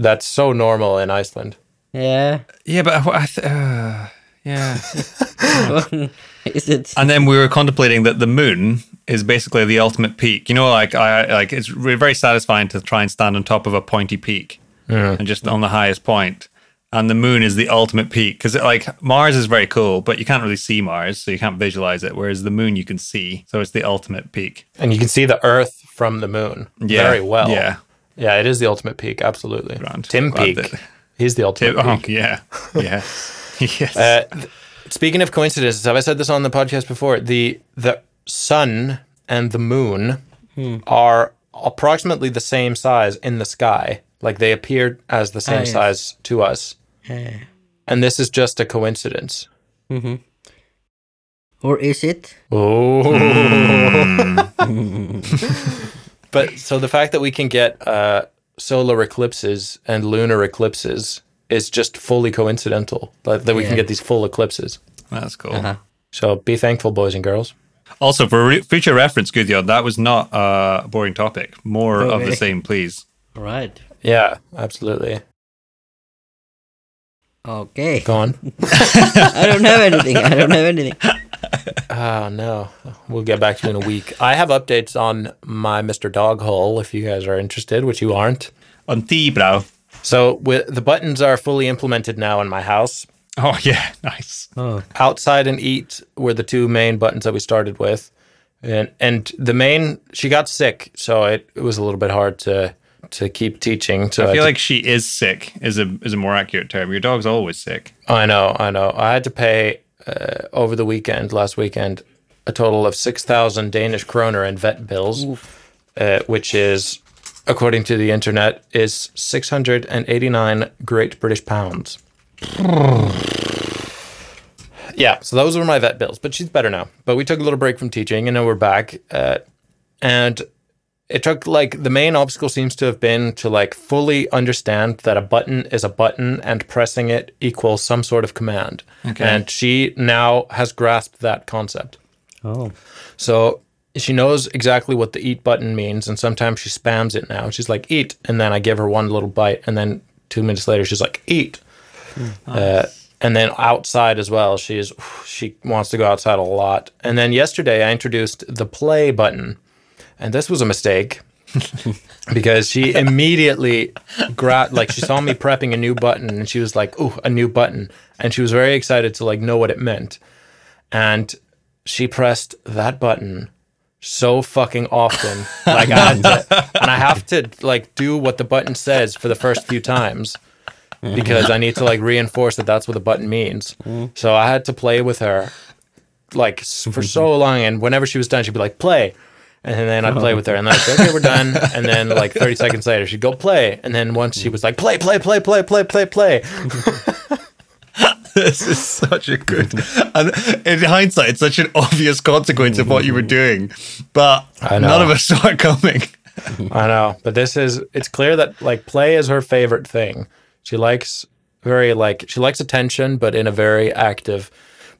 That's so normal in Iceland.
Yeah.
Yeah, but I, I th- uh, yeah.
is it
and then we were contemplating that the moon is basically the ultimate peak. You know, like I like it's re- very satisfying to try and stand on top of a pointy peak and just on the highest point. And the moon is the ultimate peak because like Mars is very cool, but you can't really see Mars, so you can't visualize it. Whereas the moon you can see, so it's the ultimate peak.
And you can see the Earth from the moon
Yeah,
very well.
yeah.
Yeah, it is the ultimate peak. Absolutely.
Grand.
Tim
Glad
Peak.
that-
He's the ultimate peak.
Oh, yeah, yeah, yes.
Uh, th- speaking of coincidences, have I said this on the podcast before? The the sun and the moon are approximately the same size in the sky. Like they appeared as the same
yes.
size to us.
Uh,
And this is just a coincidence.
Mm-hmm. or is it?
Oh. but so the fact that we can get uh, solar eclipses and lunar eclipses is just fully coincidental. Like that we can
Yeah.
get these full eclipses.
That's cool.
So be thankful, boys and girls.
Also, for re- future reference, Gudjon, that was not a boring topic. More
Oh,
of the
really?
same, please.
All right.
Yeah, absolutely.
Okay.
Go on.
I don't have anything. I don't have anything.
Oh no, we'll get back to you in a week. I have updates on my Mr. Dog Hole if you guys are interested, which you aren't.
On tea, bro.
So wi- the buttons are fully implemented now in my house.
Oh yeah, nice.
Oh.
outside and eat were the two main buttons that we started with and and the main she got sick so it, it was a little bit hard to to keep teaching so
I feel
had
like she is sick is a is a more accurate term. Your dog's always sick.
to, i know i know i had to pay uh, over the weekend last weekend a total of 6000 danish kroner in vet bills uh, which is according to the internet is 689 great british pounds yeah so those were my vet bills but she's better now but we took a little break from teaching and now we're back uh, and it took like the main obstacle seems to have been to like fully understand that a button is a button and pressing it equals some sort of command okay. and she now has grasped that concept
Oh.
so she knows exactly what the eat button means, and sometimes she spams it now. She's like, eat. And then I give her one little bite, and then two minutes later, she's like, eat. Uh, and then outside as well, she's she wants to go outside a lot. And then yesterday, I introduced the play button, and this was a mistake because she immediately grabbed like she saw me prepping a new button, and she was like, "Ooh, a new button!" And she was very excited to like know what it meant. And she pressed that button so fucking often. Like I had to, and I have to like do what the button says for the first few times because I need to like reinforce that that's what the button means. So I had to play with her like s- for so long, and whenever she was done, she'd be like, "Play." And then I'd play with her, and then I'd say, okay, we're done. And then, like 30 seconds later, she'd go play. And then once she was like, play, play, play, play, play, play, play.
This is such a good. And in hindsight, it's such an obvious consequence of what you were doing, but
I know. none of
us saw it coming.
I know, but this is it's clear that like play is her favorite thing. She likes very like she likes attention but in a very active,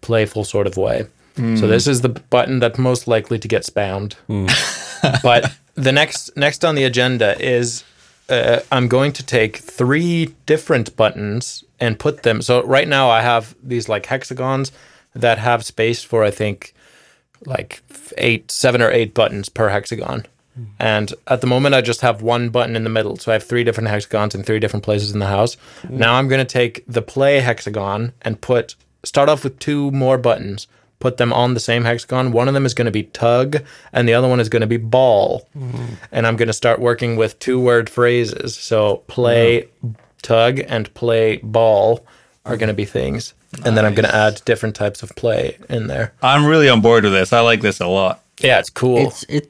playful sort of way. So this is the button that's most likely to get spammed. but the next next on the agenda is uh, I'm going to take three different buttons and put them. So right now I have these like hexagons that have space for I think like f- eight, seven or eight buttons per hexagon. And at the moment, I just have one button in the middle. So I have three different hexagons in three different places in the house. Now I'm going to take the play hexagon and put, start off with two more buttons, put them on the same hexagon. One of them is going to be tug, and the other one is going to be ball. And I'm going to start working with two word phrases. So play tug and play ball are going to be things. And then I'm going to add different types of play in there.
I'm really on board with this. I like this a lot.
Yeah, it's cool.
It's it,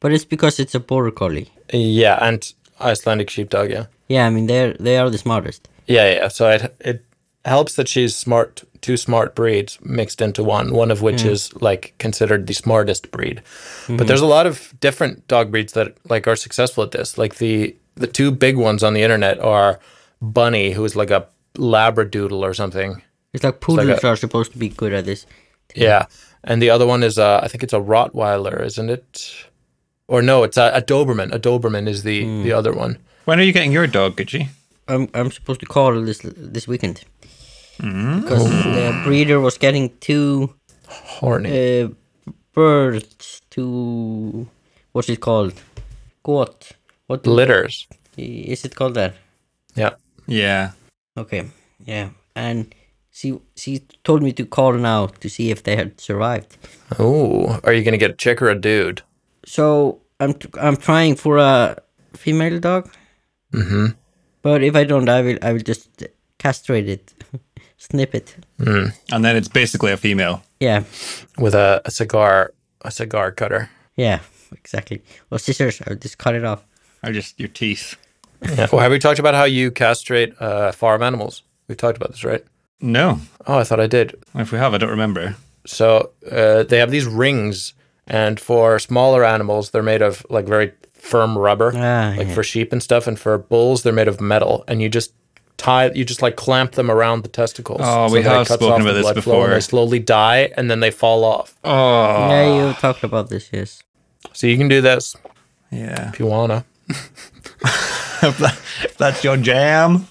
but it's because it's a border collie.
yeah, and Icelandic sheepdog, yeah.
Yeah, I mean they're they are the smartest.
Yeah, yeah. So it it helps that she's smart. Two smart breeds mixed into one. One of which is like considered the smartest breed. But there's a lot of different dog breeds that like are successful at this. Like the the two big ones on the internet are Bunny, who is like a Labradoodle or something.
It's like poodles
a-
are supposed to be good at this.
Yeah, and the other one is uh, I think it's a Rottweiler, isn't it? Or no, it's a, a Doberman. A Doberman is the the other one.
When are you getting your dog, Gucci?
I'm I'm supposed to call this this weekend because the breeder was getting two
Horny.
uh, birds to what's it called? Got what
Litters.
is it called that?
Yeah.
Yeah.
Okay, yeah, and she she told me to call now to see if they had survived.
Oh, are you gonna get a chick or a dude?
So I'm t- I'm trying for a female dog. Mm-hmm. But if I don't, I will I will just castrate it, snip it.
And then it's basically a female.
Yeah,
with a, a cigar a cigar cutter.
yeah, exactly. Well, scissors. I'll just cut it off.
Or just your teeth.
Well, have we talked about how you castrate uh, farm animals? We talked about this, right?
No.
Oh, I thought I did.
If we have, I don't remember.
So uh, they have these rings, and for smaller animals, they're made of like very firm rubber,
Ah,
like
yeah.
for sheep and stuff. And for bulls, they're made of metal, and you just tie, you just like clamp them around the testicles.
Oh, we
that it
have
cuts
spoken
off
about
the
this
blood flow, and
before.
they slowly die, and then they fall off.
Oh.
Ah.
Yeah, you talked about this. Yes.
So you can do this
Yeah.
if you wanna.
If that's your jam.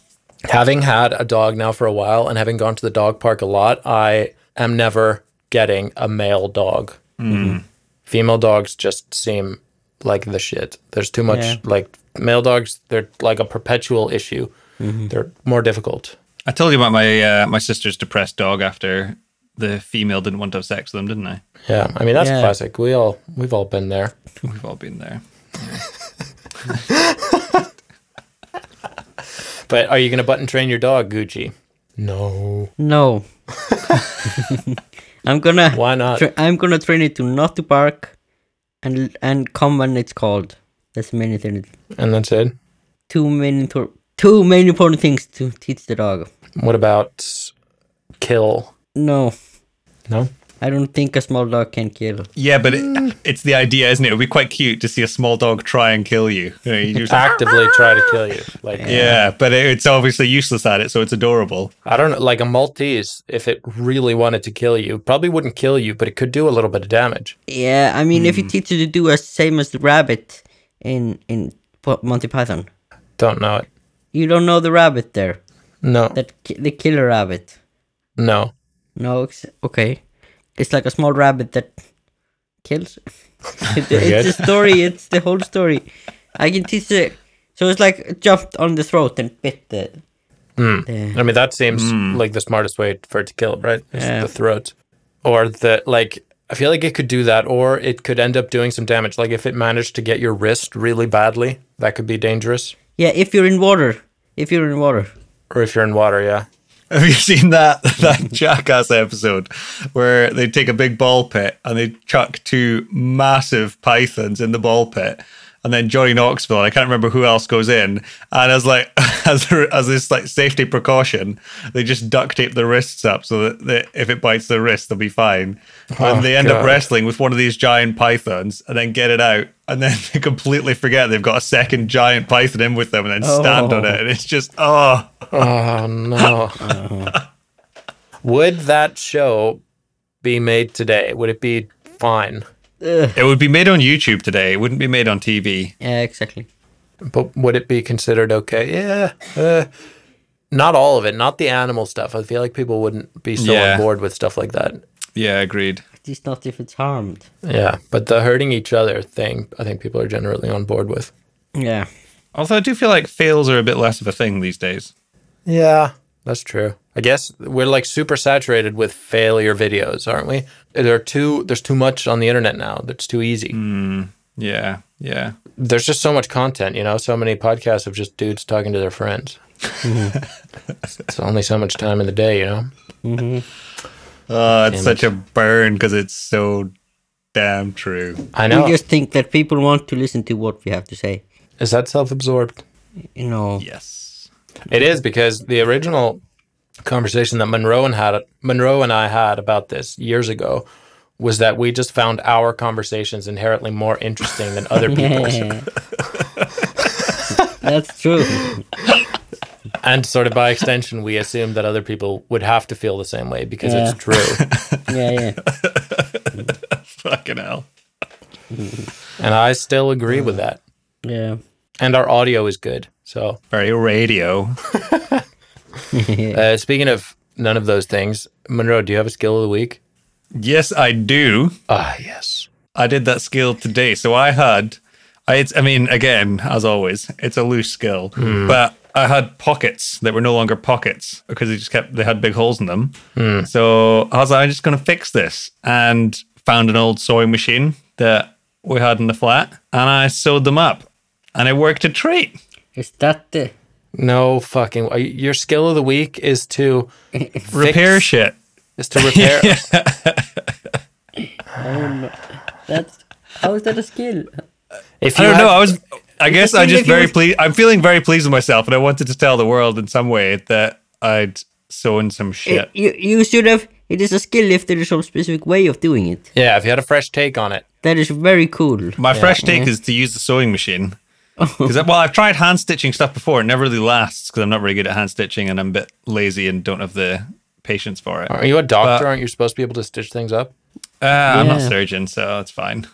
having had a dog now for a while and having gone to the dog park a lot, I am never getting a male dog. Mm-hmm. Female dogs just seem like the shit. There's too much
Yeah.
like male dogs. They're like a perpetual issue.
Mm-hmm.
They're more difficult.
I told you about my uh, my sister's depressed dog after the female didn't want to have sex with him, didn't I?
Yeah, I mean that's
Yeah.
classic. We all we've all been there.
We've all been there.
But are you gonna button train your dog, Gucci? No.
No. I'm gonna.
Why not?
Tra- I'm gonna train it to not to bark, and and come when it's called. That's the main thing.
And that's it.
Two main thor- two main important things to teach the dog.
What about kill?
No,
No.
I don't think a small dog can kill.
Yeah, but it, it's the idea, isn't it? It would be quite cute to see a small dog try and kill you. You know, you just-
Actively try to kill you. Like
yeah, but it, it's obviously useless at it, so it's adorable.
I don't know, like a Maltese, if it really wanted to kill you, probably wouldn't kill you, but it could do a little bit of damage.
Yeah, I mean, if you teach it to do as same as the rabbit in in Po- Monty Python,
Don't know it.
you don't know the rabbit there.
No,
That ki- the killer rabbit.
no.
No, it's, okay. It's like a small rabbit that kills. It-
good.
it's the story. It's the whole story. I can teach it. So it's like it jumped on the throat and bit the.
I mean, that seems like the smartest way for it to kill, right? Is
Yeah.
The throat. Or the, like, I feel like it could do that, or it could end up doing some damage. Like, if it managed to get your wrist really badly, that could be dangerous.
Yeah, if you're in water. If you're in water.
Or if you're in water, yeah.
Have you seen that that Jackass episode where they take a big ball pit and they chuck two massive pythons in the ball pit? And then Johnny Knoxville, and I can't remember who else goes in. And as like as a- as this like safety precaution, they just duct tape their wrists up so that they, if it bites their wrist, they'll be fine.
Oh,
and they end up
God.
wrestling with one of these giant pythons, and then get it out, and then they completely forget they've got a second giant python in with them, and then stand on it. And it's just oh,
Oh, no. Would that show be made today? Would it be fine?
It would be made on YouTube today. It wouldn't be made on TV.
Yeah, exactly.
But would it be considered okay? Yeah. Uh, not all of it, not the animal stuff. I feel like people wouldn't be so
Yeah.
on board with stuff like that.
Yeah, agreed.
At least not if it's harmed.
Yeah. But the hurting each other thing, I think people are generally on board with.
Yeah.
Although I do feel like fails are a bit less of a thing these days.
Yeah. That's true. I I guess we're like super saturated with failure videos, aren't we? There are too there's too much on the internet now. That's too easy.
Yeah, yeah.
There's just so much content, you know, so many podcasts of just dudes talking to their friends. it's only so much time in the day, you know.
Oh, it's
Damn
such a burn because it's so damn true.
I
We
know.
just think that people want to listen to what we have to say.
Is that self-absorbed?
You know,
Yes.
It is because the original conversation that Monroe and had Monroe and I had about this years ago was that we just found our conversations inherently more interesting than other people's.
that's true.
and sort of by extension we assumed that other people would have to feel the same way because
Yeah.
it's true.
Yeah, yeah.
Fucking hell.
and I still agree with that.
Yeah.
And our audio is good. So,
Very radio.
uh, speaking of none of those things, Monroe, do you have a skill of the week?
yes, I do.
Ah, yes.
I did that skill today. So I had, I, it's, I mean, again, as always, it's a loose skill,
Hmm.
but I had pockets that were no longer pockets because they just kept, they had big holes in them.
Hmm.
So I was like, I'm just going to fix this and found an old sewing machine that we had in the flat and I sewed them up and it worked a treat.
Is that the
No fucking. Your skill of the week is to
Repair
fix-
shit.
is to repair.
that's how is that a skill?
If
I
you
don't know.
had-
I was. I guess
just
I
seemed
just
like it
very
was-
pleased. I'm feeling very pleased with myself, and I wanted to tell the world in some way that I'd sewn some shit.
You you should have. It is a skill if there is some specific way of doing it.
Yeah, if you had a fresh take on it.
That is very cool.
My fresh take is to use the sewing machine. 'Cause I- well, I've tried hand stitching stuff before. It never really lasts because I'm not very good at hand stitching, and I'm a bit lazy and don't have the patience for it.
Are you a doctor? Aren't you supposed to be able to stitch things up?
Uh, I'm not
Yeah.
a surgeon, so it's fine.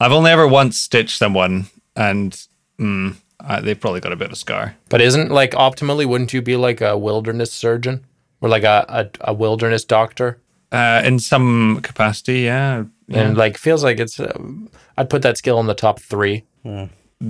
I've only ever once stitched someone, and mm, I, they've probably got a bit of a scar.
But isn't like optimally, wouldn't you be like a wilderness surgeon or like a, a, a wilderness doctor?
Uh, in some capacity, yeah.
And like feels like it's, um, I'd put that skill in the top three.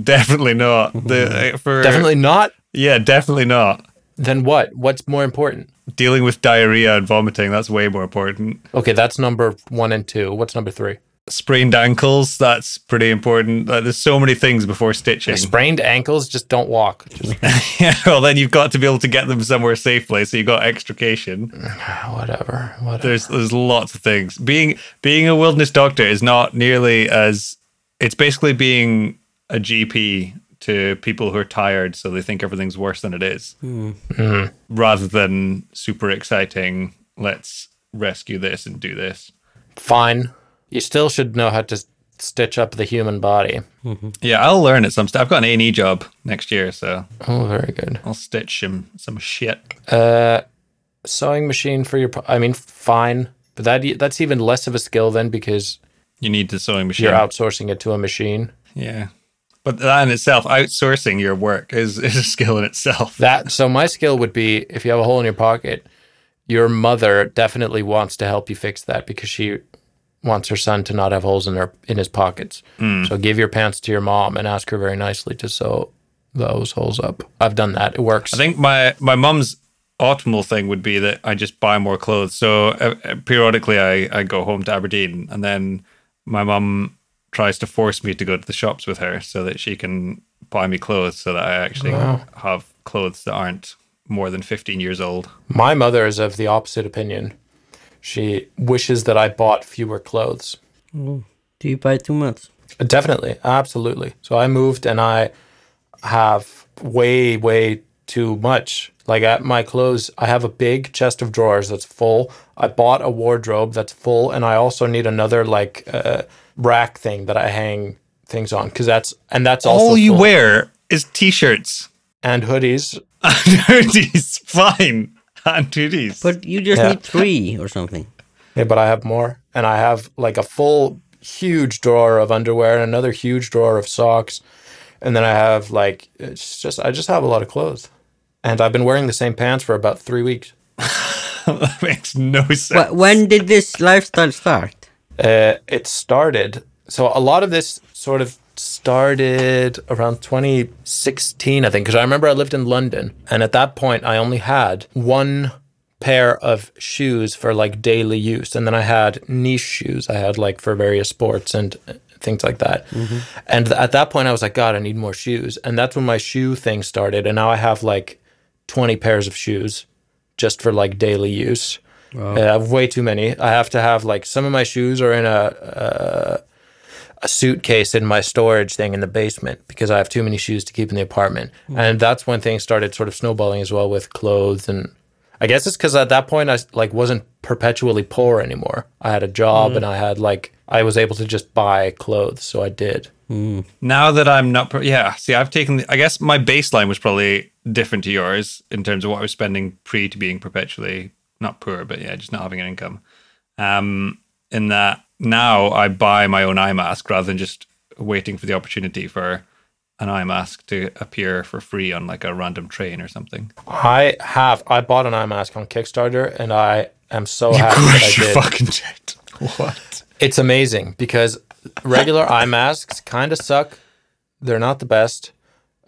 Definitely not. The, uh, for,
Definitely not.
Yeah, definitely not.
Then what? What's more important?
Dealing with diarrhea and vomiting, that's way more important.
Okay, that's number one and two. What's number three?
Sprained ankles, that's pretty important. Like, there's so many things before stitching.
Sprained ankles just don't walk. Just
yeah, well, then you've got to be able to get them somewhere safely, so you've got extrication.
whatever. Whatever.
There's there's lots of things. Being being a wilderness doctor is not nearly as it's basically being a GP to people who are tired, so they think everything's worse than it is. Rather than super exciting, let's rescue this and do this.
Fine. You still should know how to s- stitch up the human body.
Yeah, I'll learn at some stage. I've got an A and E job next year, so
Oh, very good.
I'll stitch some some shit.
Sewing machine for your. po- I mean, fine. But that e- that's even less of a skill then because
You need the sewing machine.
you're outsourcing it to a machine.
Yeah, but that in itself, outsourcing your work is is a skill in itself.
That so my skill would be if you have a hole in your pocket, your mother definitely wants to help you fix that because she wants her son to not have holes in her in his pockets.
Mm.
So give your pants to your mom and ask her very nicely to sew those holes up. I've done that. It works.
I think my my mum's optimal thing would be that I just buy more clothes. So uh, uh, periodically, I I go home to Aberdeen, and then my mum tries to force me to go to the shops with her so that she can buy me clothes, so that I actually have clothes that aren't more than 15 years old.
my mother is of the opposite opinion. She wishes that I bought fewer clothes.
Do you buy too much?
Definitely, absolutely. So I moved and I have way, way too much. Like at my clothes, I have a big chest of drawers that's full. I bought a wardrobe that's full, and I also need another like uh, rack thing that I hang things on because that's and that's also
All Oh, you
full.
wear is t-shirts.
and hoodies.
Hoodies, fine. And hoodies.
But you just
Yeah.
need three or something.
Yeah, but I have more, and I have like a full, huge drawer of underwear and another huge drawer of socks, and then I have like it's just I just have a lot of clothes, and I've been wearing the same pants for about three weeks.
that makes no sense.
But when did this lifestyle start?
Uh, it started so a lot of this sort of started around 2016, I think, because I remember I lived in London, and at that point I only had one pair of shoes for like daily use. And then I had niche shoes I had like for various sports and uh, things like that. And th- at that point, I was like, God, I need more shoes. And that's when my shoe thing started. And now I have like 20 pairs of shoes just for like daily use. Uh, I have way too many. I have to have like some of my shoes are in a uh, a suitcase in my storage thing in the basement because I have too many shoes to keep in the apartment. And that's when things started sort of snowballing as well with clothes and I guess it's cuz at that point I s- like wasn't perpetually poor anymore. I had a job and I had like I was able to just buy clothes, so I did.
Now that I'm not, pro- yeah. See, I've taken. The, I guess my baseline was probably different to yours in terms of what I was spending pre to being perpetually not poor, but yeah, just not having an income. Um, in that now I buy my own eye mask rather than just waiting for the opportunity for an eye mask to appear for free on like a random train or something.
I have I bought an eye mask on Kickstarter and I am so happy that I did.
fucking shit. What?
It's amazing because regular eye masks kind of suck. They're not the best.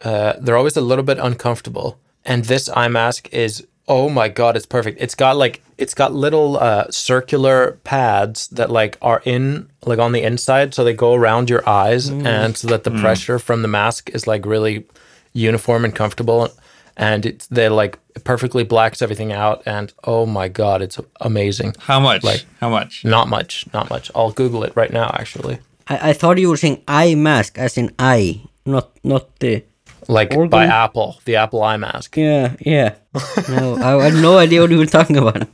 Uh, they're always a little bit uncomfortable. And this eye mask is oh my god, it's perfect. It's got like it's got little uh, circular pads that like are in like on the inside, so they go around your eyes, and so that the pressure from the mask is like really uniform and comfortable. And it's, they like perfectly blacks everything out. And oh my god, it's amazing.
How much? How much?
Not much, not much. I'll Google it right now, actually.
I, I thought you were saying eye mask, as in eye, not not the.
Like
Organ?
by Apple, the Apple eye mask.
Yeah, yeah. No, I had no idea what you were talking about.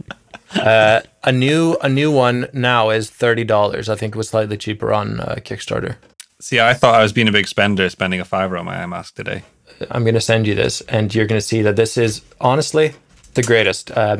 A new, a new one now is thirty dollars. I think it was slightly cheaper on uh, Kickstarter.
See, I thought I was being a big spender, spending a fiver on my eye mask today.
I'm gonna send you this, and you're gonna see that this is honestly the greatest. Uh,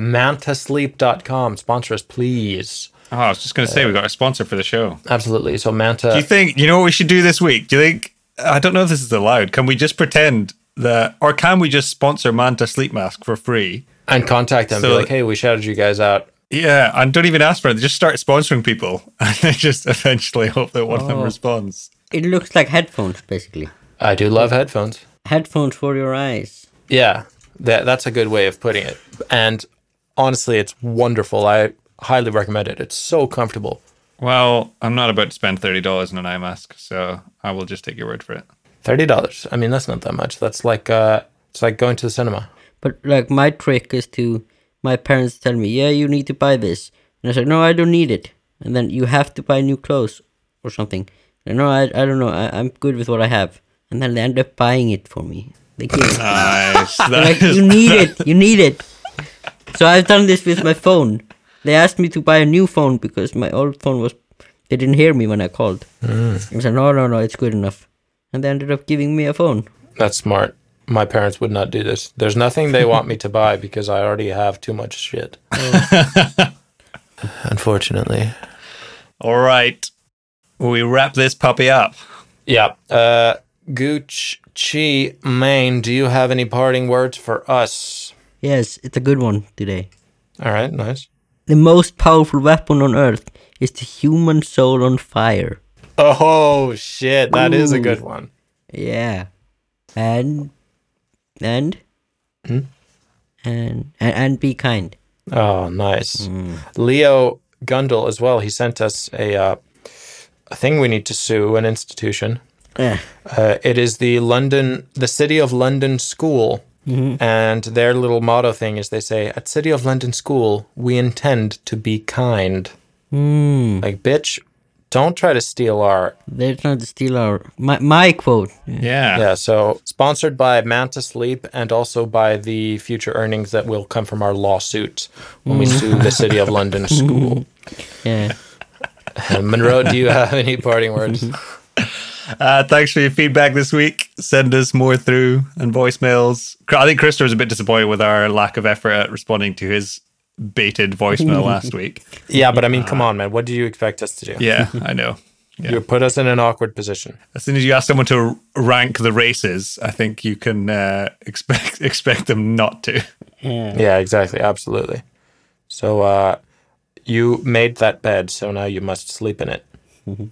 MantaSleep.com sponsor us, please.
Oh, I was just going to say we got a sponsor for the show.
Absolutely. So Manta.
Do you think you know what we should do this week? Do you think I don't know if this is allowed? Can we just pretend that, or can we just sponsor Manta Sleep Mask for free?
and contact them.
So-
be like, hey, we shouted you guys out.
Yeah, and don't even ask for it. Just start sponsoring people, and then just eventually hope that one of them responds.
It looks like headphones, basically.
I do love headphones.
Headphones for your eyes.
Yeah, that that's a good way of putting it. And honestly, it's wonderful. I highly recommend it. It's so comfortable.
Well, I'm not about to spend thirty dollars on an eye mask, so I will just take your word for it.
Thirty dollars. I mean, that's not that much. That's like uh, it's like going to the cinema.
But like my trick is to my parents tell me, Yeah, you need to buy this and I said, No, I don't need it and then you have to buy new clothes or something. And no, I I don't know, I, I'm good with what I have. And then they end up buying it for me. They give it.
Nice.
like
That is-
you need it, you need it. So I've done this with my phone. They asked me to buy a new phone because my old phone was they didn't hear me when I called. I said, No, no, no, it's good enough. And they ended up giving me a phone.
That's smart. My parents would not do this. There's nothing they want me to buy because I already have too much shit. Unfortunately.
All right, we wrap this puppy up.
Yeah. Uh, Gooch Chi Main, do you have any parting words for us?
Yes, it's a good one today.
All right. Nice.
The most powerful weapon on earth is the human soul on fire.
Oh shit! That is a good one.
Yeah. And and and and and be kind.
Oh, nice. Leo Gundel as well. He sent us a uh, a thing we need to sue an institution.
Yeah.
Uh, it is the London, the City of London School, and their little motto thing is they say, "At City of London School, we intend to be kind." Like, bitch, don't try to steal our.
They're trying to steal our my my quote.
Ah.
Yeah. So sponsored by Manta Sleep and also by the future earnings that will come from our lawsuit when we sue the City of London School.
Yeah.
Uh, Monroe, do you have any parting words?
Uh, thanks for your feedback this week. Send us more through and voicemails. Cr- I think Christopher was a bit disappointed with our lack of effort at responding to his baited voicemail last week.
yeah, but I mean, come on, man. What do you expect us to do?
Yeah, I know.
You put us in an awkward position.
As soon as you ask someone to r- rank the races, I think you can uh, expect expect them not to.
Yeah, exactly. Absolutely. So uh, you made that bed, so now you must sleep in it. Mm-hmm.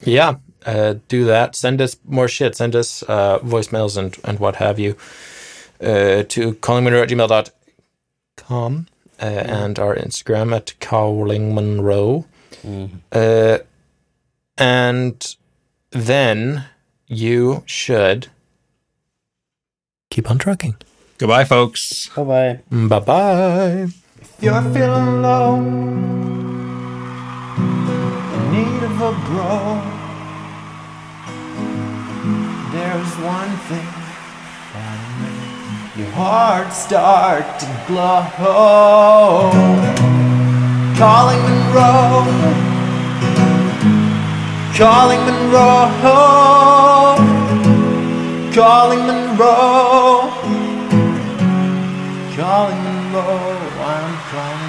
Yeah, uh, do that. Send us more shit. Send us uh, voicemails and, and what have you uh, to callingmonroe at gmail.com. uh, and our Instagram at Cowling Monroe. Uh, and then you should keep on trucking.
Goodbye, folks.
Bye bye.
Bye bye.
You're feeling low, in need of a bro. There's one thing that'll make your heart start to glow. Calling Monroe, calling Monroe, calling Monroe. Calling low, I'm calling